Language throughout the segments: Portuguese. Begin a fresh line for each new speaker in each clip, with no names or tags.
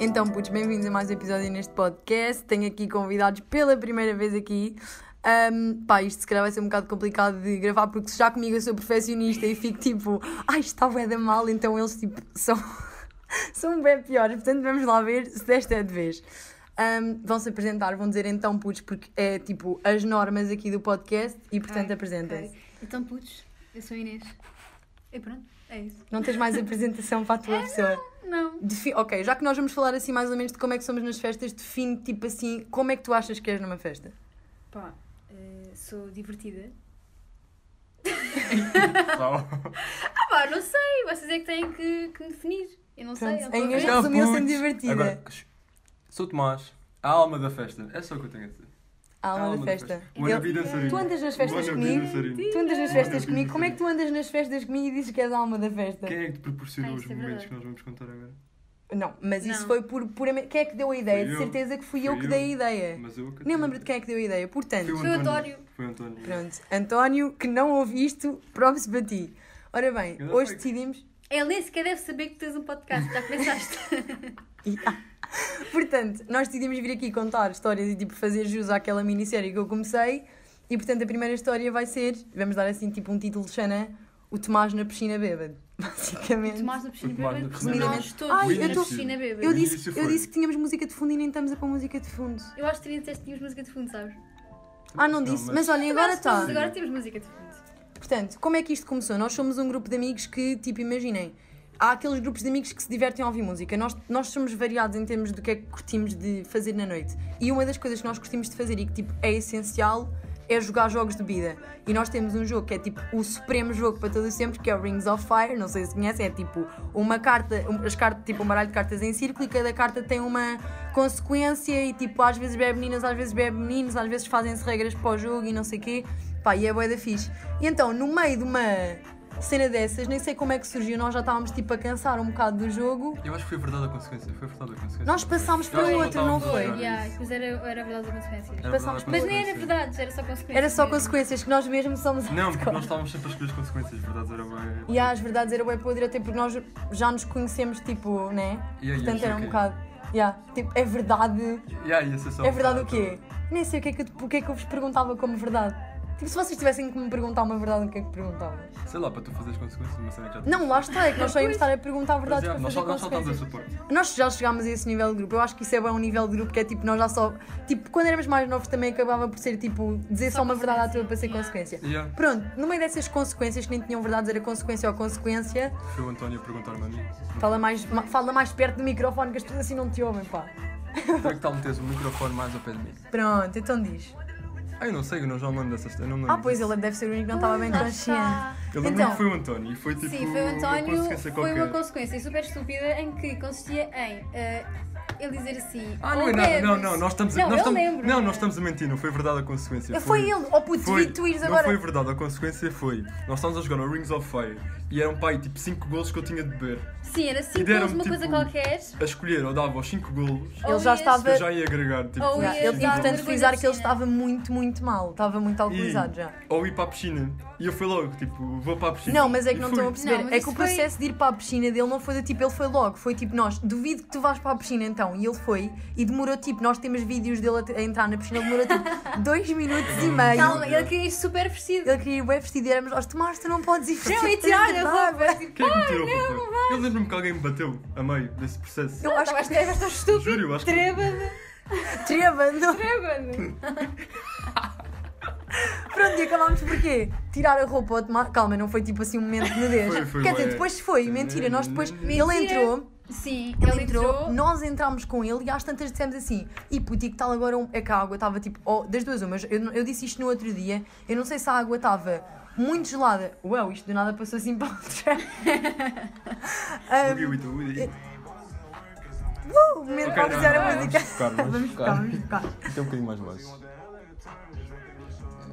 Então, putos, bem-vindos a mais um episódio neste podcast. Tenho aqui convidados pela primeira vez aqui. Ahm, pá, isto se calhar vai ser um bocado complicado de gravar, porque se já comigo eu sou perfeccionista e fico tipo, ai, está bué da mal, então eles tipo são, são bem piores. Portanto, vamos lá ver se desta é de vez. Ahm, vão se apresentar, vão dizer então, putos, porque é tipo as normas aqui do podcast e portanto
Ok,
apresentem-se.
ok. Então, putos, eu sou a Inês. E pronto, é isso.
Não tens mais apresentação para a
É,
tua pessoa.
Não.
Defi- ok, já que nós vamos falar assim mais ou menos de como é que somos nas festas, define tipo assim, como é que tu achas que és numa festa?
Pá, eh, sou divertida.
Só-
Ah pá, não sei, vocês é que têm que, que me definir. Eu não sei. eu
Pronto,
estou
a
a
Inês
ver.
Não,
resumiu sendo
putz.
divertida.
Agora, sou Tomás, a alma da festa. É só o que eu tenho a dizer.
A
A
alma da festa.
Wanna
Ele-
be dançarina.
Tu andas nas festas
Wanna be
comigo?
dançarina.
Tu andas nas
Olha,
festas
eu
comigo?
vi
Como é
isso.
que tu andas nas festas comigo e dizes que és a alma da festa?
Quem é que te proporcionou
Ah,
os
isso é
momentos
verdade.
que nós vamos contar agora?
Não, mas isso
Não.
foi por puramente. Quem é que deu a ideia?
Fui
de
eu.
certeza que fui,
Fui
eu que
eu.
dei a ideia.
Mas eu que
Nem lembro de quem é que deu a ideia. Portanto,
Foi o
Foi o
António.
António.
Foi o António.
pronto, António, que não ouve isto, props para ti. Ora bem,
Eu não
hoje
sei.
decidimos.
Ele nem sequer deve saber que tens um podcast, já começaste.
E- portanto, nós decidimos vir aqui contar histórias e tipo fazer jus àquela minissérie que eu comecei. E portanto, a primeira história vai ser, vamos dar assim tipo um título Xanã, o Tomás na piscina bêbado, basicamente.
Tomás na piscina
O Tomás
bêbada.
na piscina
Nós
bêbada.
todos
Ai,
na
eu tô-
piscina bêbada.
Eu
Eu...
No
disse,
início
eu
foi.
disse que tínhamos música de fundo e nem estamos a pôr música de fundo.
acho que teria disseste que tínhamos música de fundo, sabes?
Ah, não disse, mas, olhem, agora
Agora
está.
todos, agora temos música de fundo.
Portanto, como é que isto começou? Nós somos um grupo de amigos que, tipo, imaginem, há aqueles grupos de amigos que se divertem a ouvir música. Nós, nós somos variados em termos do que é que curtimos de fazer na noite. E uma das coisas que nós curtimos de fazer e que, tipo, é essencial é jogar jogos de bebida. E nós temos um jogo que é, tipo, o supremo jogo para todos sempre, que é o Rings of Fire. Não sei se conhecem, é tipo uma carta, um- as cartas, tipo, um baralho de cartas em círculo e cada carta tem uma consequência e, tipo, às vezes bebe meninas, às vezes bebe meninos, às vezes fazem-se regras para o jogo e não sei o quê. Pá, e é bué da fixe. E então, no meio de uma cena dessas, nem sei como é que surgiu, nós já estávamos tipo a cansar um bocado do jogo.
Eu acho que foi verdade a consequência. Foi verdade a consequência.
Nós passámos
Eu
para
acho que
outro, não
voltávamos
foi?
a jogar
Yeah,
isso.
mas era, era verdade as consequências.
Era
passámos-
verdade a
Mas nem era
consequência.
verdade, era só consequências.
Era só
mesmo.
consequências que nós mesmos somos
Não, porque nós tá- estávamos sempre a escolher as consequências. Verdades era bem.
E há as verdades era bem podre, até porque nós já nos conhecemos, tipo, né?
Yeah, yeah,
Portanto, era um
ok.
bocado. Yeah, tipo, é verdade.
Yeah, ia ser só
É verdade o
Então, verdade.
quê? Nem sei o que, é que eu, o que é que eu vos perguntava como verdade. Tipo, se vocês tivessem que me perguntar uma verdade, o que é que perguntavam?
Sei lá, para tu fazer as consequências de uma cena que já
Não, lá está, é que nós só íamos estar a perguntar
Mas,
verdades
yeah,
para
Nós
fazer
só nós só estamos a
consequências.
supor.
Nós já chegámos a esse nível de grupo. Eu acho que isso é bem um nível de grupo que é tipo, nós já só. Tipo, quando éramos mais novos também acabava por ser tipo, dizer só,
Só
uma verdade à
consequência.
tua para ser
Yeah.
consequência.
Yeah.
Pronto, no meio dessas consequências que nem tinham verdades, era consequência ou consequência,
Foi o António a perguntar-me a mim.
fala mais, ma- fala mais perto do microfone que as pessoas assim não te ouvem, pá.
Como é que tal meteres o microfone mais ao pé de mim?
Pronto, então diz.
Ah, eu não sei, eu não já me lembro dessas. Eu não me lembro
Ah, pois
disso.
ele deve ser o único que não estava bem
Lá
consciente.
está.
Eu lembro
Então.
que foi o António e foi tipo.
Sim, foi o
Uma
António.
consequência
Foi uma
qualquer.
consequência super estúpida em que consistia em eh, ele dizer assim.
Ah, não
um
"Ou
é nada. Não,
bebes".
não, nós estamos a.
Não,
nós
eu
estamos,
lembro.
Não, nós estamos a mentir, não foi verdade a consequência.
Foi ele, oh puto,
foi-
vi tu ires
Não foi
agora.
verdade, a consequência foi. Nós estávamos a jogar no Rings of Fire e eram pai tipo 5 golos que eu tinha de beber.
Sim, era
E
cinco
deram-me,
golos, uma
tipo,
coisa qualquer.
A escolher, ou dava os 5 golos,
Ele
Ou
já
ias-
estava-
eu já ia agregar. Tipo,
Ou
Yeah,
ia
ele,
dar
importante
vergonha
frisar
na
que ele
piscina.
estava muito, muito mal, estava muito alcoolizado já.
Ou ir para a piscina. E eu fui logo, tipo, vou para a piscina.
Não, mas é que
E
não
fui.
estão a perceber.
Não, mas
é que
isso
o processo de ir para a piscina dele não foi do tipo, ele foi logo. Foi tipo, nós, duvido que tu vás para a piscina então. E ele foi, e demorou tipo, nós temos vídeos dele a te- a entrar na piscina, ele demorou tipo dois minutos e meio.
Calma, ele queria ir super vestido.
Ele queria ir bem vestido e éramos nós, Tomás, tu não podes ir vestido.
Não, e
tens
tirar
de dar."
a roupa. Tipo,
Quem é que me tirou a roupa? Eu lembro-me que alguém me bateu a meio desse processo.
Eu acho
acho que estavas tão estúpido. é,
Juro, eu acho que.
Trêbado,
que trevando.
trêbado.
Pronto, e acabámos por quê? Tirar a roupa ao Tomás. Calma, não foi tipo assim um momento de nudez.
Foi, foi,
Quer dizer,
ué.
depois foi, mentira, nós depois.
Mentira.
Ele entrou.
Sim,
Ele entrou, nós entramos com ele e às tantas dissemos assim: e puti, que tal agora um- é que a água estava tipo, oh, das duas umas, eu, eu disse isto no outro dia, eu não sei se a água estava muito gelada. Uau, isto do nada passou assim para outra.
Boogie with the Woody.
um, uh, momento
Ok,
para
não,
oficiar
não,
a música.
Vamos focar,
Vamos ficar, vamos ficar.
Tem um bocadinho mais baixo.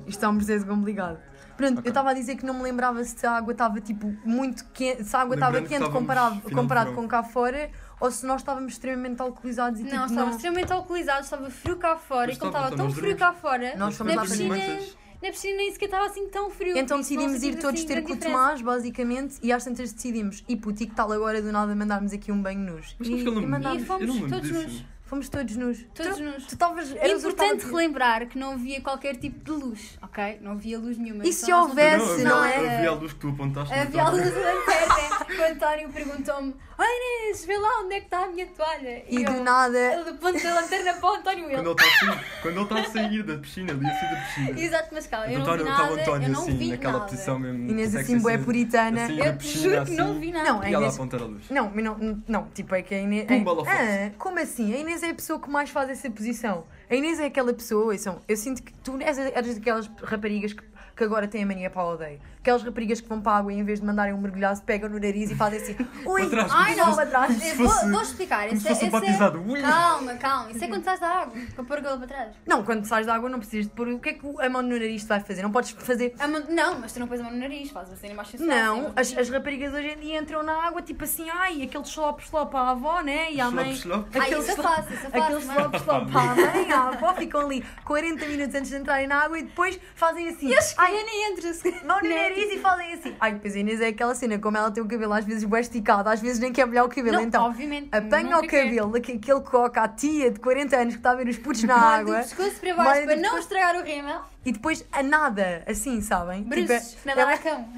Isto é um processo complicado. Pronto, eu
Ok.
estava a dizer que não me lembrava se a água estava tipo muito quente, se a água estava
Lembrando que
quente
estávamos
comparado,
final de
comparado
verão.
com cá fora ou se nós estávamos extremamente alcoolizados e tipo
Não, estava extremamente alcoolizado, estava frio cá fora
Pois
e como
estava,
estava tão
estávamos
frio cá
dormidos.
fora,
Nós fomos
na
lá para
piscina
dormir.
Na piscina nem sequer estava assim tão frio.
Então
por isso não
decidimos ir
sentimos
todos
assim
ter
grande
com o
diferença.
Tomás, basicamente, e às tantas decidimos. E puti, que tal agora do nada mandarmos aqui um banho nus?
Mas
e,
sabes que eu não
e
me lembro?
mandámos.
E fomos
eu não me lembro
todos
disso.
nus.
Fomos todos nus.
Todos
Tu-
nus.
Tu estavas.
É
eras o que estava
importante
aqui.
relembrar que não havia qualquer tipo de luz, ok? Não havia luz nenhuma.
E
só
se
nós não
houvesse,
tínhamos
não
nada.
é?
Havia a luz que tu apontaste. no
Havia É a
toque.
luz lanterna. né? O António perguntou-me: Ai Inês, vê lá onde é que está a minha toalha.
E
eu,
do nada.
Ele aponta a lanterna para o António. Ele,
Quando ele está a sair- quando ele está a sair da piscina, ali assim da piscina.
Exato, mas calma, eu não vi
António, estava
nada.
o
eu
António
não
assim,
vi
naquela
nada.
posição mesmo.
Inês
sexy,
assim, bué
assim,
puritana.
assim, da
Eu te
piscina,
juro que não
assim,
vi nada.
Não,
E
é
ela a
Inês.
apontar a luz.
Não, mas não, não, tipo, é que a Inês.
Pumba, lá
ah, como assim? A Inês é a pessoa que mais faz essa posição. A Inês é aquela pessoa, ouçam, eu sinto que tu és- eras daquelas raparigas que, que agora têm a mania para o odeio. Aquelas raparigas que vão para a água e em vez de mandarem um mergulhaço, pegam no nariz e fazem assim. Ui,
Para trás,
ai
como se
não,
fosse-
para trás.
Eu
se
vou,
fosse-
vou explicar.
como se
esse é-
fosse um
esse é-
batizado. Ui.
Calma, calma. Isso é quando estás da água, para pôr a gola para trás.
Não, quando sais da água não precisas de pôr. O que é que a mão no nariz te vai fazer? Não podes fazer.
A mão- não, mas tu não pões a mão no nariz, fazes assim, mais sensual.
Não,
assim,
as, as raparigas hoje em dia entram na água tipo assim, ai, aquele xolop-xolop à avó, né? E à mãe.
Xolop-xolop.
Ai,
Aquele
isso eu
xolop-
faço, isso eu faço,
Aqueles
mas- é
flopos lá para a mãe, à avó, ficam ali 40 minutos antes de entrarem na água e depois fazem assim.
Eles
Ai,
escolhem nem entram-se.
mão no
tipo
nariz e fazem assim. Ai, depois a Inês é aquela cena, como ela tem o cabelo às vezes bem esticado, às vezes nem quer molhar o cabelo.
Não, é
então,
obviamente,
apanha
nunca
o
quer.
cabelo daquele coca à tia de 40 anos que está a ver os putos na
Molho do
água
um pescoço para
Molho
baixo
do
para não
pescoço.
estragar o rímel.
e depois a nada, assim, sabem? Tipo, é-
Bruxos,
é-
nadar a cão.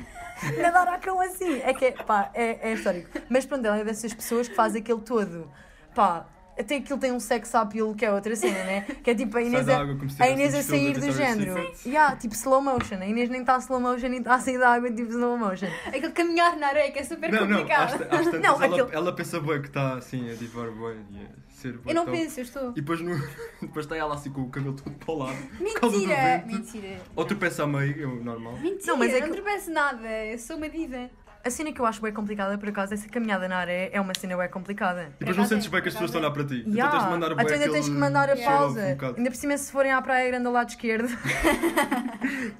Nadar ao cão assim. É que é, pá, é, é histórico. Mas pronto, ela é dessas pessoas que faz aquele todo. Pá, até aquilo tem um sex appeal que é outra cena, né? Que é tipo a Inês
da
a,
água como se
a,
tivesse
Inês a
vestido
sair
da
do
Victoria's
género. Yeah, tipo slow motion. A Inês nem está slow motion, nem está a sair da água tipo slow motion.
Aquele caminhar na areia que é super
Não, não, às,
complicado.
ta- às tantas
Não,
ela,
aquele-
ela pensa bué que está assim a divar bué e a ser bué
Eu não
top.
penso, eu estou.
E depois, no, depois está ela assim com o cabelo todo para o lado. por causa do
Mentira!
vento.
Mentira!
Ou tropeça a meio, é o normal.
Mentira,
Não,
não,
mas é que-
tropeço nada, eu sou uma diva.
A cena que eu acho bem complicada, por acaso, essa caminhada na areia é uma cena bem complicada.
E depois não
acaso é,
sentes bem que as
por
pessoas
acaso
estão a olhar para ti.
Yeah.
Então tens de mandar bué
Então ainda tens
aquele
que mandar a
show off
pausa.
Um bocado.
ainda por cima, se forem à praia grande ao lado esquerdo,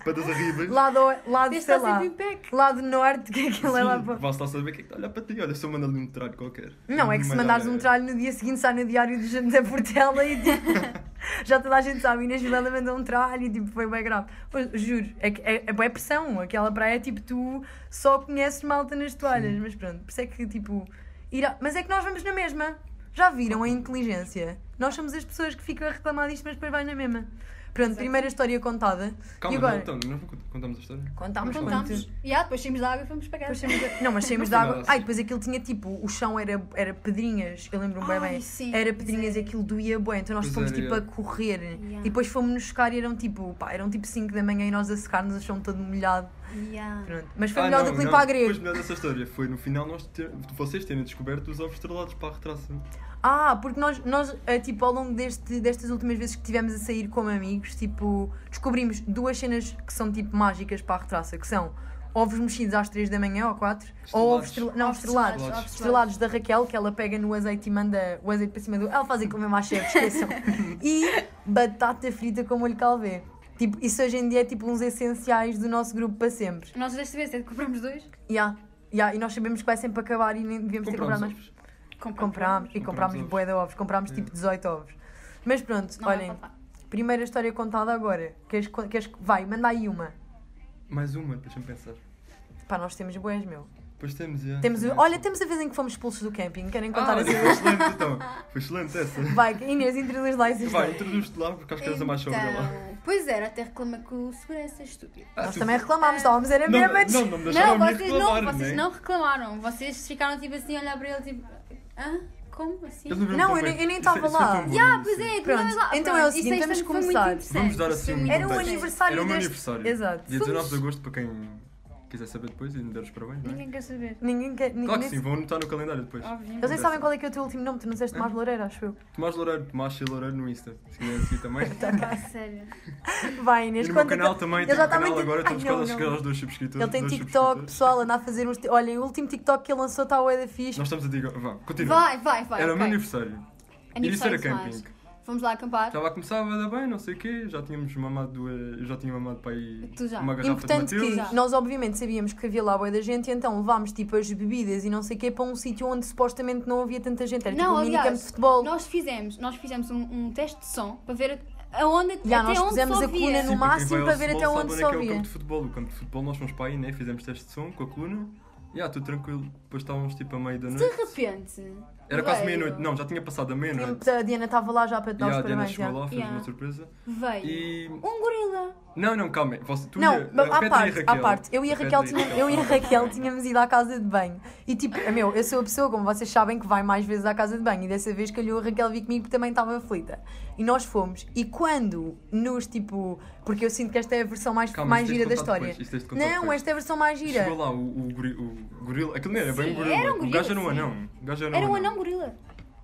Patas arribas.
lado, lado
Tens de
sei
estar
lá,
sempre em pé.
lado norte, que aquilo é lá para
Vá-se lá saber quem é que está a olhar para ti. Olha, se eu mandar-lhe um tralho qualquer.
Não, é que se
Mandar-
mandares um tralho no dia seguinte sai no diário do Jano da Portela e tipo, já toda a gente sabe, Inês Vilela mandou um tralho e tipo, foi bem grave. Pois, juro, é, que é, é boa pressão, aquela praia tipo, tu só conheces malta nas toalhas, mas pronto, por isso é que tipo, ir à- mas é que nós vamos na mesma. Já viram a inteligência? Nós somos as pessoas que ficam a reclamar disto, mas depois vai na mesma. Pronto, primeira história contada.
Calma,
e agora?
não, então, não cont- contamos a história.
Contámos,
Não
contámos.
Contámos. E ah, depois saímos da água e fomos para
Depois
casa.
saímos da- Não, mas saímos
Não
da
foi
água.
nada
Ai,
assim.
depois aquilo tinha tipo, o chão era, era pedrinhas, eu lembro-me bem
Ai,
bem.
sim,
era
pois
pedrinhas
é.
e aquilo doía bem. Então nós
Pois
fomos
é,
tipo
é.
a correr
Yeah.
e depois fomos nos secar e eram tipo, pá, eram tipo 5 da manhã e nós a secar-nos, o chão todo molhado.
Yeah.
Pronto. Mas foi
Ah,
melhor
não,
do que
não.
limpar a
Depois
grego.
melhor dessa história foi no final nós ter- vocês terem descoberto os ovos estrelados para a retração.
Ah, porque nós, nós eh, tipo, ao longo deste, destas últimas vezes que tivemos a sair como amigos, tipo, descobrimos duas cenas que são tipo mágicas para a retraça, que são ovos mexidos às 3 da manhã ou 4, ou ovos,
Estrelados.
estrela- não,
Ovos
estrelados.
estrelados.
Os estrelados da Raquel, que ela pega no azeite e manda o azeite para cima do. Ela faz aquilo mesmo à chefe, esqueçam. e batata frita com molho calvé. Tipo, isso hoje em dia é tipo uns essenciais do nosso grupo para sempre.
Nós desta vez é que compramos dois.
Ya, ya, e nós sabemos que vai sempre acabar e nem devemos ter
Comprámos
comprado mais.
ovos.
Comprámos e
Comprámos
comprámos
ovos. É.
bué de ovos, comprámos tipo
Ya.
18 ovos. Mas pronto,
Não vai
olhem,
faltar.
primeira história contada agora. Queres, co- queres, vai, manda aí uma.
Mais uma, deixa-me pensar.
Pá, nós temos boés, meu.
Depois temos, já.
Temos, olha, temos a vez em que fomos expulsos do camping, querem contar
ah,
assim?
Foi excelente então. Foi excelente essa.
Vai, Inês, introduz lá essa
Vai,
história.
introduz-te lá porque acho que eras a mais sóbria lá.
Então, pois era, até reclama com o segurança estúpido.
Ah,
Nós
tu-
também reclamámos, estávamos, era
Não,
bêbados.
não, não me
Não,
deixaram nem
vocês
reclamar,
não, vocês
né?
não reclamaram. Vocês ficaram tipo assim a olhar para ele tipo. Hã? Como assim?
Eu lembro-me
Não,
tão
eu
bem.
nem- eu nem
Isso é-
estava
isso é
lá.
tão bom,
Ah,
isso.
pois é,
Pronto,
mas lá.
então é o
pronto, isso
seguinte,
aí
vamos
foi muito
começar.
interessante,
Vamos dar
isso
assim
foi
um
muito
Era o
contexto.
interessante.
aniversário
Era o meu
deste-
aniversário. tipo,
Exato.
Dia 19 de
Somos-
agosto, para quem quiser saber depois e me der os parabéns, não é?
Ninguém quer saber.
Ninguém quer. Ninguém,
Claro que sim, assim. vão anotar no calendário depois.
Óbvio.
Eles nem sabem qual é que é o teu último nome, tu não
Hum.
disseste mais Loureiro, acho eu.
Tomás Loureiro, Tomás C. Loureiro no Insta. Se quiserem seguir também.
Então,
Epá, sério.
Vai,
E
Inês,
no meu
conta-
canal também,
Ele
tem
já
um
está
canal
muito-
agora, estamos
Ai, não,
quase a chegar
não.
aos dois subscritores.
Ele tem
dois
TikTok,
subscritores.
pessoal, anda a fazer uns. Olhem, o último TikTok que ele lançou está o da fixe.
Nós estamos a dizer, vá, continua.
Vai, vai, vai.
Tipo, Era o meu
ok.
aniversário. E isso
Aniversário
era
de Tomás.
camping. Tá.
Fomos lá acampar.
Estava a começar, vai dar bem, não sei o quê. Já tínhamos mamado duas. Eu já tinha mamado para aí
Tu já.
uma garrafa
Importante
de Mateus.
que
Mateus.
nós obviamente sabíamos que havia lá boi da gente, e então levámos tipo as bebidas e não sei o quê para um sítio onde supostamente não havia tanta gente. Era tipo um mini campo de futebol.
nós fizemos, nós fizemos um, um teste de som para ver a, aonde
Já,
até
nós
onde
pusemos
só
a coluna
via.
no máximo para ver até onde só
é que é o
via.
campo de futebol. O campo de futebol nós fomos para aí, né? Fizemos teste de som com a coluna. E ah, tudo tranquilo. Depois estávamos tipo a meio da
De
noite.
repente.
Era quase
veio-
meia-noite. Não, já tinha passado a meia-noite.
A Diana estava lá já para te
E
dar
ah, a
os
Diana
parabéns.
chegou
já.
lá, fez
Yeah.
uma surpresa.
Veio.
E.
Um gorila.
Não, não, calma. Você, tu
Não,
ia,
mas
a
à
Petra e a
parte,
Raquel.
à parte. Eu e a Raquel,
Petra
tinha- eu e a
estavam
Raquel
bem.
tínhamos ido à casa de banho. E tipo, meu, eu sou a pessoa, como vocês sabem, que vai mais vezes à casa de banho. E dessa vez calhou a Raquel vir comigo porque também estava aflita. E nós fomos. E quando nos, tipo. Porque eu sinto que esta é a versão mais,
Calma,
mais
isso tens
gira da
de contar
história.
depois, isso tens de contar
Não,
depois.
esta é a versão mais gira.
Chegou lá o, o, gori- o gorila. Aquilo não era bem
Sim,
um gorila.
era um
o
gorila,
gajo era um
sim.
anão. O gajo era um
Era um
anão.
anão gorila.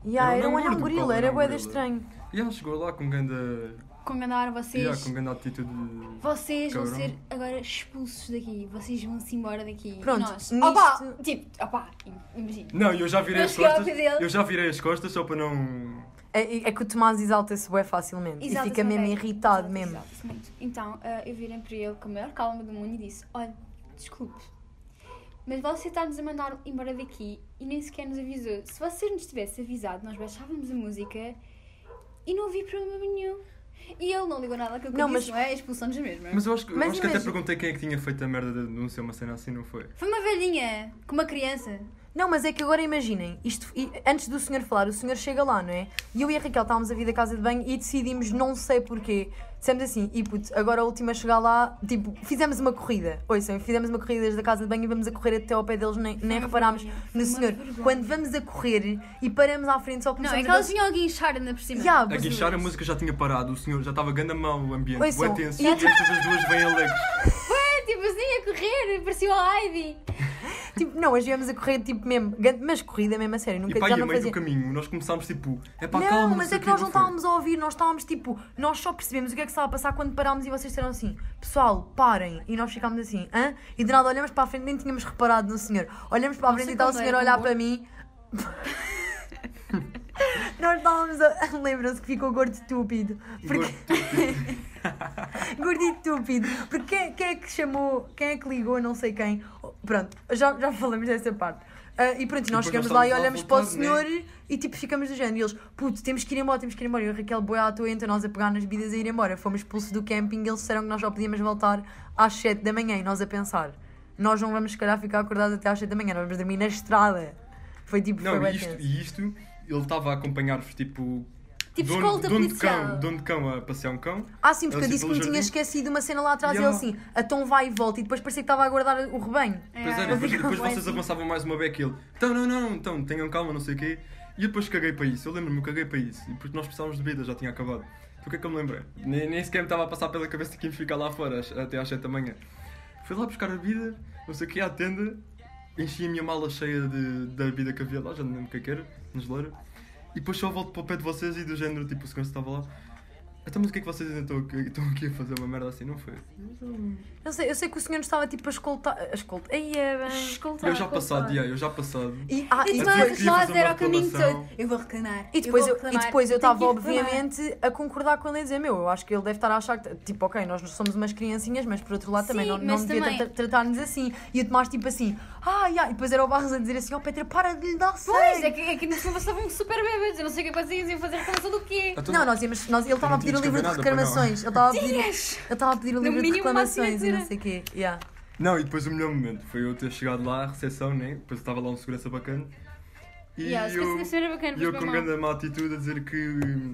Yeah,
Era
era
um
um
anão
anão
gordo,
gorila,
Paulo,
era
era um
boeda
gorila.
estranho.
E ela chegou lá com grande.
Com ganhar vocês.
Yeah, com grande atitude.
Vocês vão
Cabrão.
ser agora expulsos daqui. Vocês vão-se embora daqui.
Pronto,
Nós.
nisto-
Opa! Tipo, opa, imagina.
Não, eu já virei
Eu
as
cheguei ao
costas.
pé dele.
Eu já virei as costas só para não.
É, é que o Tomás exalta-se bem facilmente.
Exato,
e fica
sim,
mesmo
bem.
irritado
Exato,
mesmo.
exato, muito. Então, ah, eu virei para ele com a maior calma do mundo e disse: Olha, desculpe, mas você está-nos a mandar embora daqui e nem sequer nos avisou. Se você nos tivesse avisado, nós baixávamos a música e não havia problema nenhum. E ele não ligou nada àquilo que
Não,
eu disse,
mas-
não é? Expulsamos mesmo.
Mas eu acho, que- eu
Mas
acho que até
imagina-
perguntei quem é que tinha feito a merda da denúncia, uma cena assim, não foi?
Foi uma velhinha com uma criança.
Não, mas é que agora imaginem, isto, e antes do senhor falar, o senhor chega lá, não é? E eu e a Raquel estávamos a vir da casa de banho e decidimos, não sei porquê, dissemos assim, e puto, agora a última a chegar lá, tipo, fizemos uma corrida, ouçam, fizemos uma corrida desde a casa de banho e vamos a correr até ao pé deles, nem, nem
uma
reparámos
vergonha, foi
no
uma
senhor.
vergonha.
Quando vamos a correr e paramos à frente, só
Não, é
começamos
que elas vinham a guinchar ainda por cima.
Yeah,
A
mas- tipo,
guinchar a música já tinha parado, o senhor já estava ganda mal o ambiente.
Ouçam,
Ué, tenso.
e-
E estas as duas vêm alegres.
É, tipo assim, a correr, parecia o Heidi.
Tipo, não, nós viemos a correr, tipo, mesmo, gan- mas corrida mesmo a sério, nunca,
E pá,
já
e a
não
meio
fazia...
do caminho, nós começámos tipo, é pá,
Não,
calma.
mas é
sei o
que nós não
foi.
estávamos a ouvir, nós estávamos tipo, nós só percebemos o que é que estava a passar quando parámos e vocês disseram assim, pessoal, parem. E nós ficámos assim, hã? E de nada olhamos para a frente, nem tínhamos reparado no senhor. Olhamos para a
Não
frente e
sei
está o
como é,
senhor a
tão
olhar
bom.
para mim. nós estávamos a. Lembram-se que ficou gordo e estúpido. Porque... gordo e estúpido. Porque quem, quem é que chamou, quem é que ligou, não sei quem. Pronto, já, já falamos dessa parte. Ah, e pronto, nós
Depois nós
chegamos lá e
estávamos lá a
olhamos para o
voltar, né?
senhor e tipo ficamos do género. E eles, puto, temos que ir embora, temos que ir embora. E o Raquel boi à toa, então nós a pegar nas bebidas e a ir embora. Fomos expulsos do camping eles disseram que nós só podíamos voltar às 7 da manhã. E nós a pensar, nós não vamos se calhar ficar acordados até às 7 da manhã, nós vamos dormir na estrada. Foi tipo, foi
Não,
bué
e isto,
tenso.
e isto, ele estava a acompanhar-vos tipo.
Tipo
dono-
escolta
dono de
policial.
cão, dono de cão a passear um cão.
Ah, sim, porque eu
Eles
disse que
iam
me
pelo
tinha
jardim.
esquecido uma cena lá atrás
E
e ele
ela-
assim, a tom vai e volta. E depois parecia que estava a aguardar o rebanho.
Pois
É.
era,
Mas
depois, depois
ficava
vocês
assim.
avançavam mais uma beca e ele, então não, não, então tenham calma, não sei o quê. E eu depois caguei para isso, eu lembro-me, eu caguei para isso. E porque nós precisávamos de bebida, já tinha acabado. Então o que é que eu me lembrei? Nem, nem sequer me estava a passar pela cabeça que íamos ficar lá fora às- até às 7 da manhã. Fui lá buscar a bebida, não sei o quê, à tenda, enchi a minha mala cheia de, da bebida que havia lá, já não lembro o que é que era, na geleira. E depois só volto para o pé de vocês e do género, tipo, o segurança estava lá. Então, mas o que é que vocês ainda estão aqui, estão aqui a fazer uma merda assim, não foi?
Eu sei, eu sei que o senhor estava tipo a escoltar. A escoltar. Aí é
um
bem.
Escoltar,
Eu já passado,
escoltar.
já, eu já passado.
E, ah, e
Tá, E
depois-
Eu tive
nós,
que
nós
fazer uma
era o caminho
reclamação.
todo. Eu vou reclamar.
E depois
vou
eu, e
reclamar,
depois eu
tenho
estava,
que reclamar.
obviamente, a concordar com ele e a dizer: Meu, eu acho que ele deve estar a achar que, tipo, ok, nós não somos umas criancinhas, mas por outro lado também
Sim,
não, não
mas
devia
também-
tra- tratar-nos assim. E o Tomás, tipo assim, ah, yeah. e depois era o Barros a dizer assim: Ó Petra, para de lhe dar sangue.
Pois, é que, é que no fundo vocês estavam super bêbados. Eu não sei o que é que vocês iam fazer reclamação do quê.
Então,
Não, nós íamos, nós, ele estava a
não
pedir o
tínhamos
livro de
combinado, pois não.
reclamações. Ele estava a pedir, ele
Tinhas!
estava a pedir o
No
livro de
mínimo, uma
reclamações e não
assinatura.
sei o quê. Yeah.
Não, e depois o melhor momento foi eu ter chegado lá à recepção, né? Depois estava lá um segurança bacana. E
Yeah, se
eu,
fosse ser bacana,
e eu
mas
com
bem
grande
mal.
má atitude a dizer que.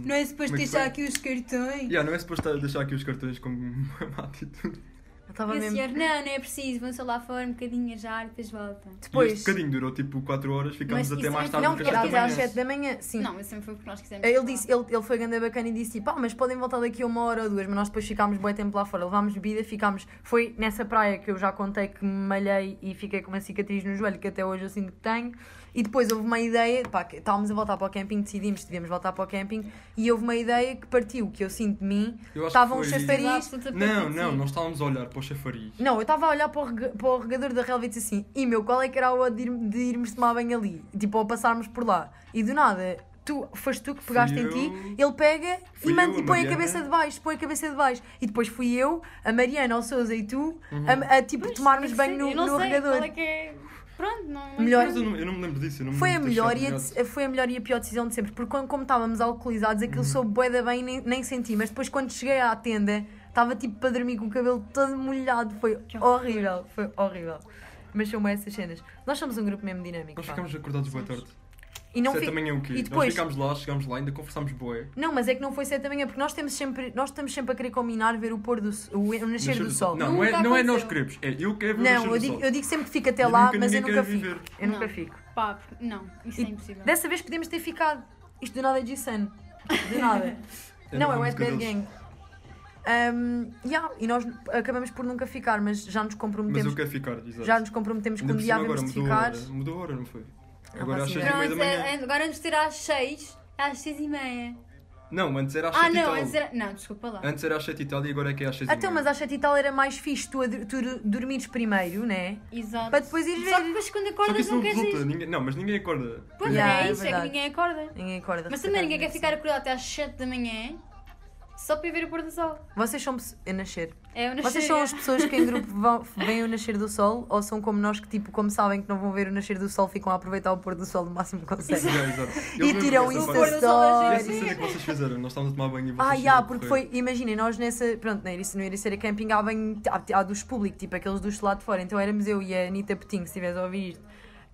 Não
é suposto
Como é que foi?
aqui os cartões.
yeah, não é suposto deixar aqui os cartões com uma má atitude.
Eu estava
E o
mesmo.
senhor, não, não é preciso, vão só lá fora um bocadinho a já e depois volta.
E
Depois.
este bocadinho durou tipo 4 horas, ficámos
Mas
até
isso
mais
é-
tarde
Não,
do que
porque
às
era até
às
às
7 da manhã.
7 da manhã. Sim.
Não, isso sempre foi porque nós quisemos.
Ele,
falar.
disse, ele, ele foi grande bacana e disse tipo, ah, mas podem voltar daqui a uma hora ou duas, mas nós depois ficámos bem tempo lá fora, levámos bebida, ficámos. Foi nessa praia que eu já contei que me malhei e fiquei com uma cicatriz no joelho, que até hoje eu sinto que tenho. E depois houve uma ideia, pá, que estávamos a voltar para o camping, decidimos que devíamos voltar para o camping, e houve uma ideia que partiu, que eu sinto de mim.
Eu acho que
Estavam os
foi-
chafariz.
Exato, absolutamente assim.
Não,
sim.
não, nós estávamos a olhar para o chafariz.
Não, eu estava a olhar para o, rega- para o regador da relva e disse assim: e meu, qual é que era o de, ir- de irmos tomar banho ali? Tipo, ou passarmos por lá. E do nada, tu, foste tu que pegaste em
eu,
ti, ele pega e,
fui eu,
manda,
a
e põe a
Mariana.
cabeça de baixo, põe a cabeça de baixo. E depois fui eu, a Mariana, o Sousa e tu, a, a, tipo,
Uhum.
Pois,
tomarmos
eu
banho
sei,
no,
eu não
no
sei
regador.
qual é que é. Pronto, não.
Melhor-
Mas eu não, eu não me lembro disso. eu não me
Foi a,
lembro de ter
melhor
achado
e a,
melhor.
de- foi a melhor e a pior decisão de sempre, porque quando, como estávamos alcoolizados, aquilo
Uhum.
soube bué da bem e nem, nem senti, mas depois quando cheguei à tenda, estava tipo para dormir com o cabelo todo molhado, foi
Que
horrível, foi horrível. Mas são bué essas cenas. Nós somos um grupo mesmo dinâmico.
Nós
pá.
ficámos acordados boa tarde. é
e não
Sete
fi-
da manhã o quê?
e depois-
Nós ficámos lá, chegámos lá, ainda conversámos boé.
Não, mas é que não foi sete da manhã, porque nós temos sempre, nós estamos sempre a querer combinar ver o pôr do sol, o o nascer do sol.
Não, não é,
Nunca
não é nós
aconteceu.
queremos, é eu quero ver
Não, eu
o nascer do
digo,
sol.
eu digo sempre que fico até
E
lá,
nunca
mas eu
ninguém
nunca
quer
fico.
viver.
Eu nunca
Não.
fico.
Pá, porque- não, isso é impossível.
Dessa vez podemos ter ficado. Isto do nada é G-Sun. Do nada.
É
não,
uma
é Wet
música
Bad
deles.
Gang. Um, yeah, e nós acabamos por nunca ficar, mas já nos
Mas é
comprometemos.
eu quero ficar, exato.
Já nos comprometemos que
Ainda
um
por
dia
cima agora
havemos de
mudou a
ficar.
hora, Mudou a hora, não foi?
Ah,
Agora
pá,
às
sim.
6 e meia da
Pronto,
manhã.
é- agora antes de ter às 6, às 6 e meia.
Não, antes era às
Ah,
7
não,
e
antes
tal.
era. Não, desculpa lá.
Antes era às 7 e tal e agora é que é às 6 e
Até,
meia.
mas às 7 e tal era mais fixe tu, a, dur- tu dormires primeiro, né?
Exato.
Para depois ires
Só que
ver.
depois quando
Só que
acordas
isso
não
não
queres
resulta.
ir.
ninguém- Não, mas ninguém acorda.
Pois
Yeah,
é,
é
isso, é que
verdade.
ninguém acorda.
Ninguém acorda.
Mas
por
também
acaso,
ninguém quer
não
ficar acordado até às 7 da manhã só para ir ver o pôr do sol.
sei. Vocês são. pe- Eu nascer.
É, eu
Vocês
nasci-
são as pessoas que em grupo vão, veem o nascer do sol ou são como nós que, tipo, como sabem que não vão ver o nascer do sol, ficam a aproveitar o pôr do sol do máximo que conseguem?
Yeah, é, exato. Eu
E
lembro
tiram
dessa
isso
Insta
parte.
Pôr do sol é às
da
E essa
story.
cena que vocês fizeram, nós estávamos a tomar banho e vocês.
Ah, já,
saíram a
porque
correr.
foi. Imaginem, nós nessa. Pronto, na Erice, no Ericeira Camping há, bem, há, há dos públicos, tipo aqueles dos de lá de fora. Então éramos eu e a Anitta Petinho, se estiveres a ouvir isto,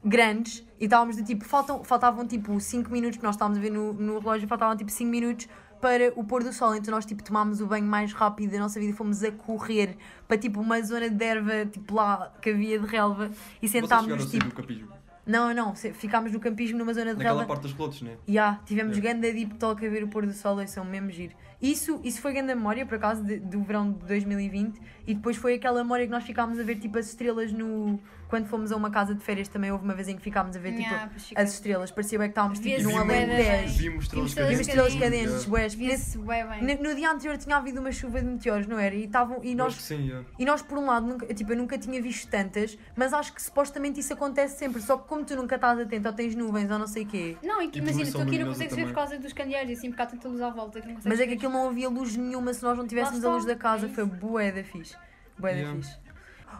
grandes, e estávamos do tipo. Faltam, faltavam tipo 5 minutos, porque nós estávamos a ver no, no relógio, faltavam tipo 5 minutos para o pôr do sol. Então nós tipo tomámos o banho mais rápido da nossa vida e fomos a correr para tipo uma zona de erva, tipo lá que havia de relva, e
Vocês chegaram a
sentámos-nos
sair do
tipo.
capismo.
Não, não, se- ficámos no campismo numa zona de
Naquela
relva.
parte dos relotes, né?
Ya, tivemos ganda deep talk a ver o pôr do sol, são mesmo giro. Isso, isso foi grande memória, por acaso, de- do verão de 2020. E depois foi aquela memória que nós ficámos a ver, tipo, as estrelas no... Quando fomos a uma casa de férias também houve uma vez em que ficámos a ver, tipo,
Yeah, pois fica-
as estrelas. Parecia bem que estávamos, tipo,
Via-se
num
bué
além
da
10.
bem.
Vimos estrelas
Vimos
Vimos
cadentes.
estrelas
Cadentes.
cadentes, bués.
Via-se bué bem.
No, no dia anterior tinha havido uma chuva de meteoros, não era? E, estavam e
Eu acho
nós
que sim, yeah.
e nós, por um lado, nunca, tipo, eu nunca tinha visto tantas, mas acho que supostamente isso acontece sempre. Só que como tu nunca estás atento ou tens nuvens ou não sei o quê,
Não, e que
E
imagina, tu
poluição
aqui não
luminosa
consegues ver por
também.
causa dos candeeiros e assim, porque há tanta luz à volta que não consegues
Mas é que
ver.
aquilo não havia luz nenhuma se nós não tivéssemos
Lá
a
está,
luz da casa.
é isso.
foi bué da fixe. Bué da
Yeah.
fixe.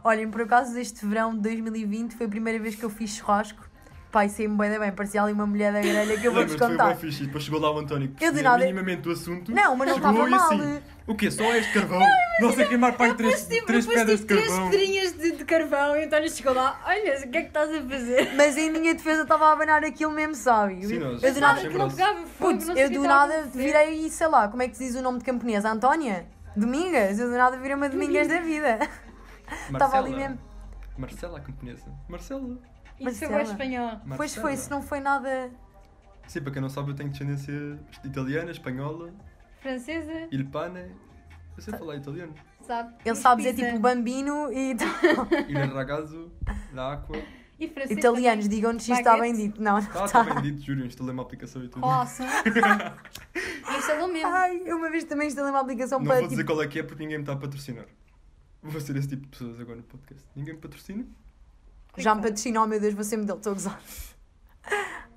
Olhem, por acaso, este verão de 2020 foi a primeira vez que eu fiz churrasco. Pai, sei-me bué da bem. Parecia ali uma mulher da grelha que eu vou-vos
Lembras-te, foi
contar.
bem fixe. E depois chegou lá o António, que
Eu de
percebia
nada-
minimamente do assunto.
Não, mas não
chegou
estava
e
mal.
assim, O quê? Só este carvão? Nossa, queimar para aí três,
Tipo,
três
depois
pedras de
tive três
carvão.
pedrinhas de, de carvão e o António chegou lá, olha, o que é que estás a fazer?
Mas em minha defesa estava a abanar aquilo mesmo, sabe?
Sim,
eu
nós-
eu do
nós
nada,
sempre-
Ah, Aquilo
Putz,
pegava fogo,
putz,
não sei o
eu
que
do
estava a
nada
acontecer.
virei, sei lá, como é que se diz o nome de camponesa? Antónia? Domingas? Eu do nada virei uma Domingas da vida. Estava ali
Marcela.
mesmo.
Marcela, a camponesa. Marcela.
Isso
Marcela.
foi espanhol.
Pois
Marcela.
foi, se não foi nada.
Sim, para quem não sabe, eu tenho descendência italiana, espanhola,
Francesa,
ilpana. Eu
Tá.
sei falar italiano.
sabe?
Ele
e
sabe dizer
pizza.
tipo bambino e.
Il ragazzo, la aqua.
E francês
Italianos,
Assim também.
digam-nos se isto está
Baguete.
bem dito. Não, não
Ah,
está.
está bem dito, juro, eu instalei uma aplicação e tudo.
Awesome. Instalou mesmo.
Ai, eu uma vez também instalei uma aplicação
Não
para
vou dizer
tipo.
qual é que é porque ninguém me está a patrocinar. Vou ser esse tipo de pessoas agora no podcast. Ninguém me patrocina?
Já me patrocinou, oh meu Deus, você me deu, estou a gozar.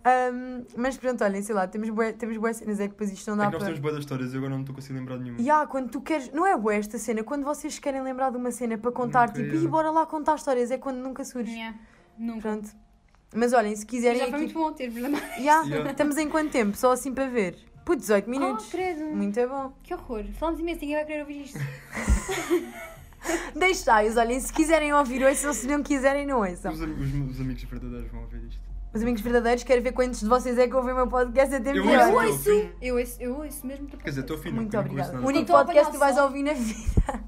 Ahm, mas pronto, olhem, sei lá, temos boas temos bué cenas, é que depois isto não
é
dá
que nós
para.
temos boas histórias e agora não estou conseguindo lembrar de nenhuma.
E há, quando tu queres. Não é boa esta cena, quando vocês querem lembrar de uma cena para contar,
Nunca
tipo,
é.
e bora lá contar histórias, é quando nunca surge.
Yeah. Nunca.
Pronto. Mas olhem, se
Já
quiserem.
foi
aqui...
muito bom termos lembrado.
Ya,
Yeah.
Estamos em quanto tempo? Só assim para ver. Por 18 minutos.
Oh, credo.
muito bom.
Que horror. Falamos imenso, ninguém vai querer ouvir isto.
Deixai-os, olhem, se quiserem ouvir, ouçam, se não quiserem, não ouçam.
Os, am- os meus amigos verdadeiros vão ouvir isto.
Os amigos verdadeiros, quero ver quantos de vocês é que ouvem o meu podcast até
Eu
tempo
ouço.
Eu
inteiro.
ouço. Eu ouço, eu ouço mesmo.
Quer dizer, estou fino.
Muito
não conheço
obrigada.
nada.
O único
Estou a
podcast que tu
apanhar
vais
sol.
ouvir na vida.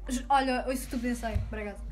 Ju- Olha, ouço tudo ensaio, por acaso.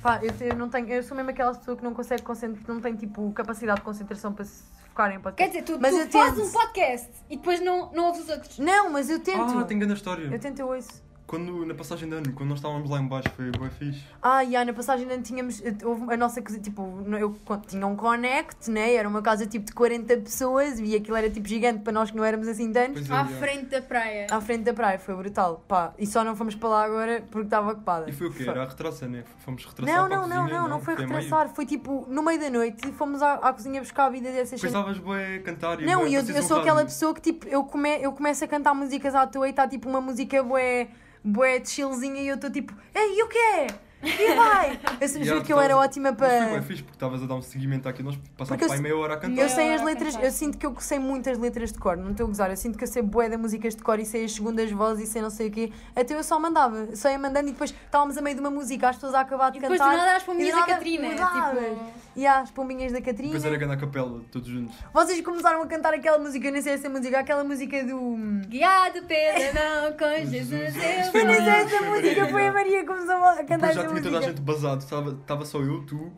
Pá, eu, te- eu não tenho, eu sou mesmo aquela pessoa que não consegue concentrar, não tem tipo capacidade de concentração para se focar em podcast.
Quer dizer, tu,
Mas
tu
eu
fazes
tento.
um podcast e depois não, não ouves os outros.
Não, mas eu tento.
Ah, tenho grande história.
Eu tento, eu ouço.
Quando, na passagem de ano, quando nós estávamos lá em baixo, foi bem fixe.
Ah, e aí na passagem não tínhamos. Houve a nossa cozinha. Tipo, no- eu con- tinha um connect, né? Era uma casa tipo de 40 pessoas e aquilo era tipo gigante para nós que não éramos assim tantos.
Pois é,
À
já.
frente da praia.
À frente da praia, foi brutal. Pá, e só não fomos para lá agora porque estava ocupada.
E foi o quê? Era a retraça, né? Fomos retraçar
Não,
para a
não, não,
cozinha, é um
não, não foi
Até meio.
retraçar. Foi tipo no meio da noite e fomos à, à cozinha buscar a vida dessas
Depois estavas bué a cantar e
Não,
bué,
e eu,
pareces
eu
um
sou aquela
rádio.
pessoa que tipo, eu, come, eu começo a cantar tá, músicas à toa e está tipo uma música bué, bué de chillzinha e eu estou tipo, ei, e o que é? E vai! Eu sempre
Yeah,
juro que eu era
tava-
ótima
Mas foi
para.
bem fixe porque estavas a dar um seguimento àquilo, nós passámos
Porque eu
para aí
se-
meia hora a
Eu
cantar.
sei as
Era
letras, eu
fantástico.
sinto que eu sei muitas letras de cor, não estou a gozar. Eu sinto que eu sei bué de músicas de cor e sei as segundas vozes e sei não sei o quê. Até eu só mandava, só ia mandando e depois estávamos a meio de uma música, as pessoas a acabar de
E
cantar.
depois do nada eras para o
e do
da
nada
Catarina.
mudavas.
é Tipo,
E há as pombinhas da
Depois era
Catarina.
grande a capela, todos juntos.
Vocês começaram a cantar aquela música, eu nem sei é essa música, aquela música do.
guiado
É.
pela não com Jesus.
Jesus.
eu
Eu nem sei
Foi
essa
a
música,
Maria.
foi a Maria que começou a cantar
Depois já
essa
tinha toda a gente
música.
basado, estava só eu, tu,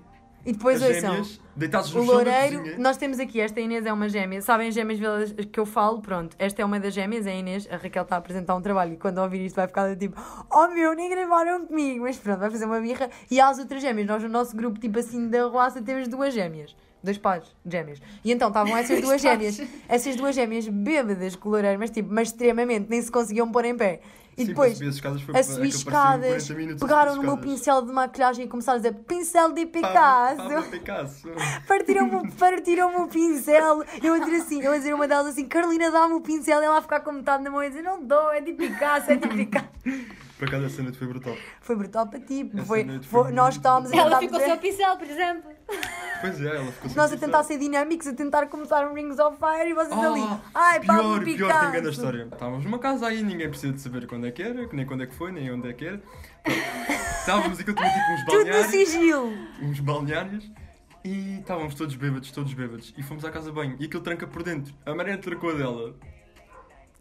E depois
as
ouçam.
gêmeas, deitados
O
no chão da
Loureiro,
cozinha.
nós temos aqui, esta Inês é uma gêmea. Sabem as gêmeas velas que eu falo? Pronto, esta é uma das gêmeas, é a Inês. A Raquel está a apresentar um trabalho e quando ouvir isto vai ficar do tipo: Oh meu, nem gravaram comigo. Mas pronto, vai fazer uma birra. E há as outras gêmeas. Nós no nosso grupo, tipo assim, da roça, temos duas gêmeas. Dois pais, gêmeas. E então estavam essas duas
Dois
gêmeas,
pares.
essas duas gêmeas bêbadas com o Loureiro, mas tipo, mas extremamente, nem se conseguiam pôr em pé. E
Sim,
depois,
subi as escadas, foi-
a
é que
subir
apareci em
escadas,
40 minutos a subir
pegaram no meu
escadas.
pincel de maquilhagem e começaram a dizer pincel de
Pablo-
Picasso.
Pablo Picasso.
Partiram-me o- partiram-me o pincel. Eu a dizer assim, eu a dizer a uma delas assim, Carolina, dá-me o pincel. E ela a ficar com metade na mão e a dizer, não dou, é de Picasso, é de Picasso.
Por acaso essa noite foi brutal.
Foi brutal para ti.
Essa
Foi,
noite
foi-
foi
nós
muito
estávamos a
boa.
Ela
tentar,
ficou
fazer-
sem o pincel, por exemplo.
Pois é, ela ficou sem
nós a
pincel.
tentar ser dinâmicos, a tentar começar um Rings of Fire e vocês ali. Ai, Pablo
Oh, pior, pior,
Picasso.
tem grande história. Estávamos numa casa aí, ninguém precisa de saber quando é que era, nem quando é que foi, nem onde é que era. Estávamos aqui, eu tinha tipo uns
Tudo no
balneários.
sigilo.
uns balneários e estávamos todos bêbados, todos bêbados. E fomos à casa de banho e aquilo tranca por dentro. A Mariana trancou a dela.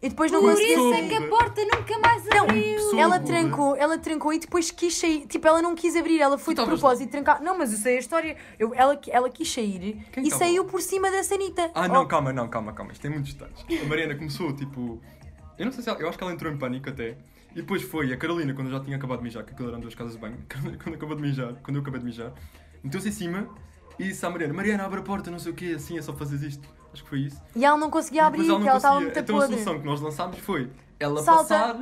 E depois não
Por
conseguiu.
isso
Soube.
é que a porta nunca mais
é
Não,
abriu.
Soube.
ela trancou, ela trancou e depois quis sair. Tipo, ela não quis abrir, ela foi de
Estavas
propósito trancar. Não, mas eu sei a história. Eu, ela, ela quis sair
Quem
e
estava lá?
saiu por cima da Sanita.
Ah, não,
Oh,
calma, não, calma, calma. Isto tem muitos detalhes. A Mariana começou, tipo. Eu não sei se ela. Eu acho que ela entrou em pânico até. E depois foi a Carolina, quando eu já tinha acabado de mijar, que aquilo eram duas casas de banho. a Carolina, Quando acabou de mijar, quando eu acabei de mijar, meteu-se em cima e disse à Mariana: Mariana, abre a porta, não sei o quê, assim é só fazer isto. Acho que foi isso.
E ela não conseguia abrir,
e depois
porque ela estava muito
então a
podre.
solução que nós lançámos foi ela
Salta.
passar.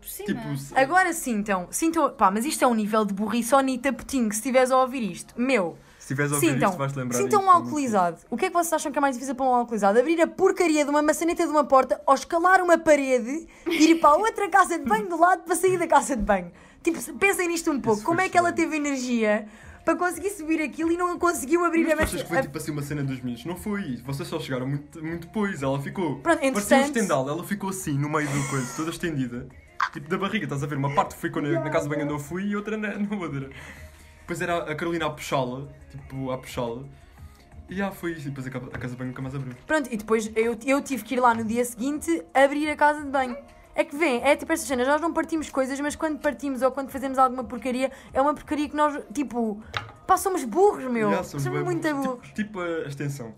Por cima.
Tipo, se-
Agora sim, então, sintam. Pá, mas isto é um nível de burrice ou tapetinho, que se estiveres a ouvir isto. Meu.
se tiveres a ouvir
Sintam,
isto, vais-te lembrar.
sintam um
disto.
alcoolizado. O que é que vocês acham que é mais difícil para um alcoolizado? Abrir a porcaria de uma maçaneta de uma porta, ou escalar uma parede, ir para a outra casa de banho do lado para sair da casa de banho. Tipo, pensem nisto um pouco.
Isso
Como
foi
é que ela
estranho.
teve energia para conseguir subir aquilo e não conseguiu abrir
Mas
a
tu achas que foi
maçaneta?
tipo assim uma cena dos minutos? Não foi isso. Vocês só chegaram muito, muito depois. Ela ficou.
Pronto,
parecia um
entretanto-
estendal. Ela ficou assim, no meio do coisa, toda estendida. Tipo da barriga, estás a ver? Uma parte ficou na, na casa de banho onde eu fui e outra na, na outra. Depois era a Carolina a puxá-la. Tipo, a puxá-la. E já foi isso. E depois a, ca- a casa de banho nunca mais abriu.
Pronto, e depois eu, eu tive que ir lá no dia seguinte abrir a casa de banho. É que vem, é tipo estas cenas, nós não partimos coisas, mas quando partimos ou quando fazemos alguma porcaria, é uma porcaria que nós, tipo, pá, somos burros, meu.
Já, somos
somos
bué
muito burros.
burros. Tipo, tipo a extensão.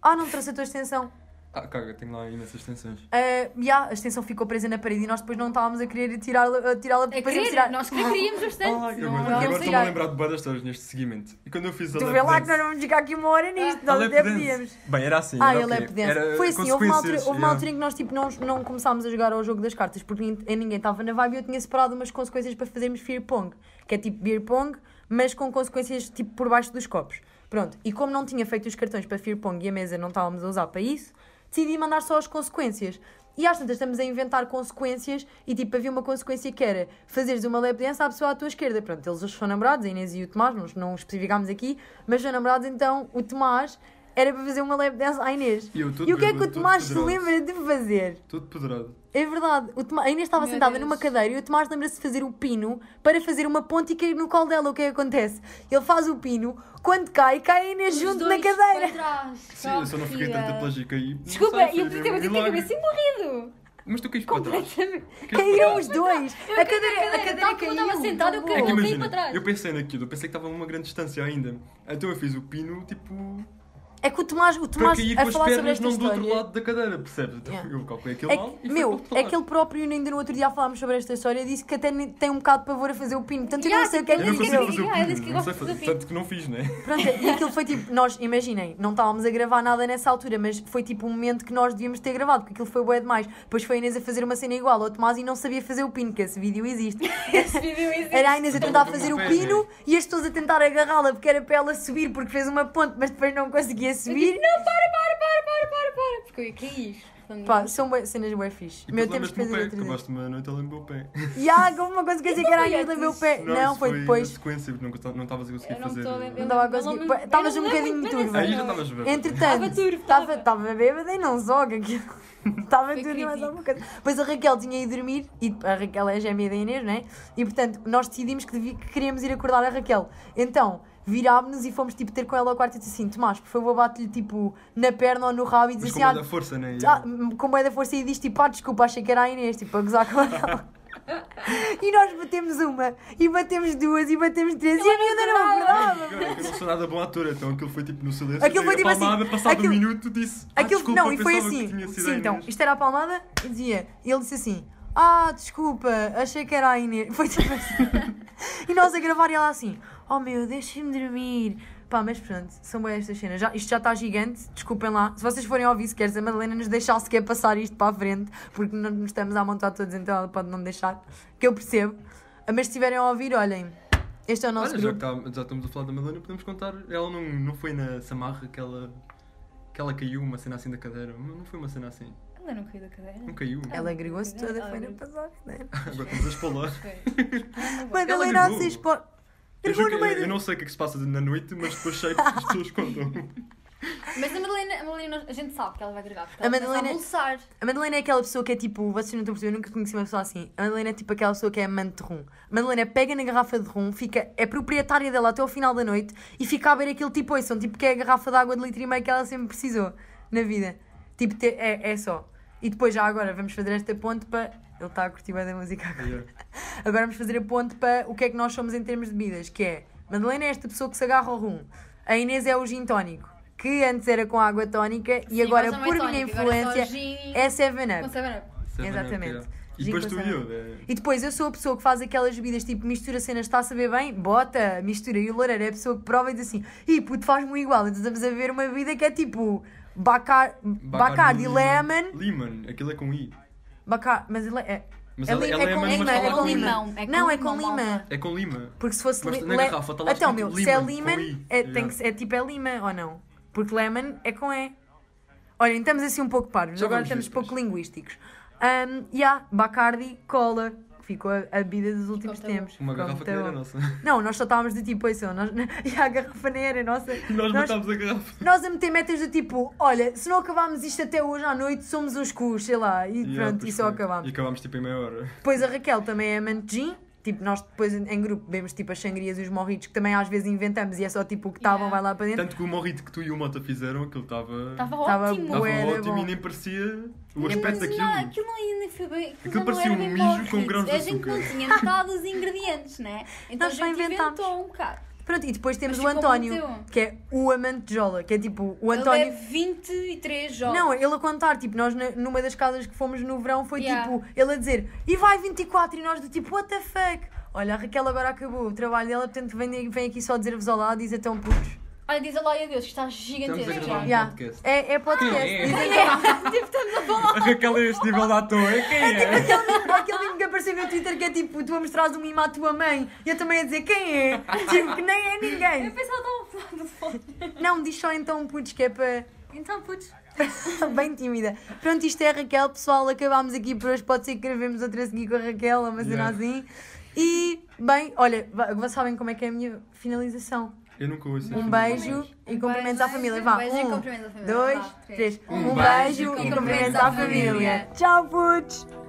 Ah, não trouxe a tua extensão.
Ah, caga, tenho lá imensas extensões.
Ah, já, a extensão ficou presa na parede e nós depois não estávamos a querer tirá-la, a tirá-la
É
depois íamos
querer,
tirar.
nós que queríamos bastante.
Ah, eu
não,
agora
vamos
agora
vamos
estou-me a
tirar.
lembrar de boas das histórias neste seguimento. E quando eu fiz a
Tu
lap
vê lá que
dance-
nós não vamos ficar aqui uma hora nisto,
Ah,
nós
lap
até
dance.
podíamos.
Bem, era assim.
Ah,
era
eu
ok.
lembro desse.
Era
Foi assim, houve uma, altura,
consequências,
houve uma
yeah.
altura em que nós tipo, não, não começámos a jogar ao jogo das cartas porque nin- ninguém estava na vibe e eu tinha separado umas consequências para fazermos beer pong, que é tipo beer pong, mas com consequências tipo por baixo dos copos. Pronto, e como não tinha feito os cartões para beer pong e a mesa não estávamos a usar para isso, decidi mandar só as consequências. E às tantas estamos a inventar consequências e tipo havia uma consequência que era fazeres uma lap dance à pessoa à tua esquerda. Pronto, eles são namorados, a Inês e o Tomás, nós não especificámos aqui, mas são namorados então o Tomás era para fazer uma lap dance à Inês.
E eu todo
E o que é que
bêbado,
o Tomás se
todo poderoso.
lembra de fazer?
Todo poderado.
É verdade, o Tomás, a Inês estava
Meu
sentada
Deus.
numa cadeira e o Tomás lembra-se de fazer o pino para fazer uma ponte e cair no colo dela. O que é que acontece? Ele faz o pino, quando cai, cai a Inês
Os
junto na
dois
cadeira.
para trás.
Sim, eu só não fiquei
Corria.
tanta plagica aí.
eh, Desculpa, eu podia ter batido a cabeça e assim morrido.
Mas tu caís para trás.
Completamente.
Caíram os dois.
Eu
a
caí
cadeira, a
na cadeira,
cadeira
tal como eu estava
caiu.
sentada, eu
acabou.
É que
caí.
Mas
caí
imagina,
para trás.
eu pensei naquilo, eu pensei que estava a uma grande distância ainda. Então eu fiz o pino, tipo,
É que o Tomás, o
para
Tomás
cair
a
com as
falar sobre
pernas
esta
não do outro
história.
lado da cadeira, percebes? Então
Yeah.
eu calculei aquilo
É
mal
que,
e
meu,
foi para o outro
é
lado.
que ele próprio, ainda no outro dia falámos sobre esta história, disse que até nem- tem um bocado de pavor a fazer o pino. Portanto, eu
Yeah,
não sei o que é
Eu
que
não
ele
Ele disse
consigo
deu.
que-
fazer o
Ah, ele disse
pino,
que
não
gosta
sei
de fazer o
fazer,
pino.
tanto que não fiz, né?
Pronto, e aquilo foi tipo, nós, imaginem, não estávamos a gravar nada nessa altura, mas foi tipo um momento que nós devíamos ter gravado, porque aquilo foi bué demais. Depois foi a Inês a fazer uma cena igual ao Tomás e não sabia fazer o pino, que esse vídeo existe.
Esse vídeo existe.
Era a Inês a tentar
Então,
fazer o
não fez,
pino e as pessoas a tentar agarrá-la, porque era para ela subir, porque fez uma ponte, mas depois não conseguia
Eu
subir.
disse, Não, para, para, para, para, para, para. Porque eu é ia cair. planos.
Pá, são bué- cenas bué fixe.
E
Meu, temos
depois
que
lembras-te do
fazer
pé,
outro dia.
acabaste uma noite a lembrar o pé.
E há alguma coisa que eu dizia que era
Não foi
ainda lamber o pé.
Não,
Não,
isso
foi
Na
depois.
sequência, não gosta- não estavas a
Eu
conseguir
não
fazer.
estou a lembrar.
Não dava a
Eu não
conseguir.
lembro-
Estavas
eu
um
não
bocadinho
lembro bem
turva.
dessa
Aí já
noite.
estavas bêbada.
Entretanto,
Tava turvo,
estava
tava.
estava bêbada e não zoga aquilo. Estava
Foi
tudo e mais
crítico.
alguma coisa. Pois a Raquel tinha ido dormir, e a Raquel é a gêmea da Inês, não é? E portanto, nós decidimos que, devi- que queríamos ir acordar a Raquel. Então, virámos-nos e fomos tipo ter com ela ao quarto e disse assim: Tomás, por favor, bate-lhe tipo na perna ou no rabo e diz
Mas com
assim:
mais
ah,
da força, né?
ah, com bué da força e diz tipo, ah, desculpa, achei que era a Inês, tipo, a gozar com ela. e nós batemos uma, e batemos duas, e batemos três, e a
não
ainda não acordava.
Cara, eu não sou nada bom ator, então aquilo foi tipo no silêncio.
Aquilo foi
dei
tipo
a
assim,
palmada, passado
aquilo-
um minuto disse. Ah,
Aquilo,
desculpa,
não, e foi
pensava que
assim.
tinha sido
Sim,
a
então,
Inês.
isto era a palmada, e dizia, ele disse assim: Ah, desculpa, achei que era a Inês. Foi tipo assim. e nós a gravar e ela assim: Oh meu, deixem-me dormir. Pá, mas pronto, são boas estas cenas. Já, isto já está gigante, desculpem lá. Se vocês forem ouvir, se queres, a Madalena nos deixar sequer passar isto para a frente, porque não nos estamos a montar todos, então ela pode não me deixar, que eu percebo. Ah, Mas se estiverem a ouvir, olhem, este é o nosso
Olha, já,
grupo.
que tá- já estamos a falar da Madonna, podemos contar. Ela não, não foi na Samarra que ela, que ela caiu uma cena assim da cadeira. Não não foi uma cena assim.
Ela não caiu da cadeira.
Não caiu.
Ela agregou-se toda,
Ela
foi na
agregou.
passada. né?
Agora estamos a espalhar.
Mas
Madalena,
agregou.
vocês podem.
Eu,
Gravou
juro
no
que-
meio
eu
do-
não sei o que é que se passa na noite, mas depois sei que as pessoas contam.
a Madalena, a Madalena, a gente sabe que ela vai agregar.
A
A Madalena.
Madalena-
A pulsar.
A Madalena é aquela pessoa que é tipo, vocês não estão a perceber, eu nunca conheci uma pessoa assim. A Madalena é tipo aquela pessoa que é amante de rum. A Madalena pega na garrafa de rum, fica, é proprietária dela até ao final da noite e fica a ver aquele tipo, são tipo que é a garrafa de água de litro e meio que ela sempre precisou na vida. Tipo, te- é, é só. E depois já agora vamos fazer esta ponte para. Ele está a curtir bem da música agora.
Yeah. é
Agora vamos fazer a ponte para o que é que nós somos em termos de bebidas, que é Madalena é esta pessoa que se agarra ao rum. A Inês é o gin tónico, que antes era com água tónica e
Sim,
agora,
agora já não é
por minha
tónica, agora é só
influência,
gin.
é 7-Up.
Com Sabana.
Seven Up,
Exatamente.
yeah. E
Gin
depois
com
tu e
Seven
eu. né?
E depois eu sou a pessoa que faz aquelas bebidas tipo mistura cenas, está a saber bem, bota, mistura. E o Loureiro é a pessoa que prova e diz assim: e puto, faz-me um igual. Então estamos a ver uma bebida que é tipo Bacar, Bacardi Lemon.
Lemon, aquilo é com I.
Bacar, mas ele é.
Mas
é
ela-
lim-
ela é
é com
mais
lima,
uma
é
escola
com
de
lima.
limão. É com
Não, é com
limão,
lima.
malta.
É com Lima.
Porque se fosse.
Mas
li-
na
le-
garrafa está lá
Então,
escrito
meu, se é
lemon,
Lima,
com I.
é, tem
Yeah.
que ser- é tipo é Lima ou não? Porque Lemon é com E. Olhem, estamos assim um pouco parvos,
Já
agora
vamos ver
estamos pouco
depois.
linguísticos. Um, e há Bacardi, cola, que ficou a, a bebida dos últimos
muito
tempos.
Uma
Ficou
garrafa
muito
que não era
bom.
nossa.
Não, nós só estávamos do tipo, isso, nós, e a garrafa nem era nossa.
Nós matámos a garrafa.
nós a meter metas do tipo, olha, se não acabarmos isto até hoje à noite, somos uns cus, sei lá, e
Yeah,
pronto, e
pois
só
foi.
acabámos.
E acabámos tipo em meia hora.
Depois a Raquel também é amante de gin. Tipo, nós depois em em grupo bebemos tipo as sangrias e os morritos que também às vezes inventamos e é só tipo o que estavam,
Yeah.
vai lá para dentro.
Tanto que o morrito que tu e o Mota fizeram, aquilo estava.
Estava
Tava
ótimo.
bué. era
ótimo
bom.
e nem parecia o
Não,
aspecto
mas Não,
daquilo.
aquilo não ainda foi bem. Aquilo,
um- Aquilo
já não
parecia
era
um
bem
mijo
morrito.
com grãos de
A gente não
açúcar.
tinha metade dos ingredientes, né? Então
Nós
a gente
só inventámos.
inventou um bocado.
Pronto, e depois temos
Mas
o
ficou
António,
muito bom.
que é o amante de Jola, que é tipo o António.
António... Ele é 23 jogos.
Não, ele a contar, tipo, nós na- numa das casas que fomos no verão foi
Yeah.
tipo, ele a dizer e vai 24 e nós do tipo, what the fuck? Olha, a Raquel agora acabou o trabalho dela, portanto vem, vem aqui só dizer-vos olá, diz então putos.
Olha, diz a Laia Deus que está
Estamos a
gigantesco.
gravar. um
já.
Yeah.
podcast.
É, é podcast.
Quem é?
Dizem
Tipo, estamos a falar.
A Raquel é este nível da toa, é quem é?
Há aquele meme que apareceu no Twitter que é tipo, tu a mostrares um mimo à tua mãe e eu também a dizer quem é? Tipo, que nem é
Eu
ninguém.
pensava que estava a falar do fone.
Não, diz só então putos que é para.
Então, putz.
Bem tímida. Pronto, isto é a Raquel, pessoal. Acabámos aqui por hoje. Pode ser que gravemos outra a seguir com a Raquel, uma cena
Yeah.
assim. E, bem, olha, va- vocês sabem como é que é a minha finalização.
Eu nunca ouço estas
Um
músicas.
beijo e
Um
cumprimentos
beijo,
à família.
um
Vá,
beijo e
um,
cumprimentos à família.
dois,
Vá, três.
três.
Um
Um
beijo
beijo
e
e cumprimentos à família. Tchau, putos.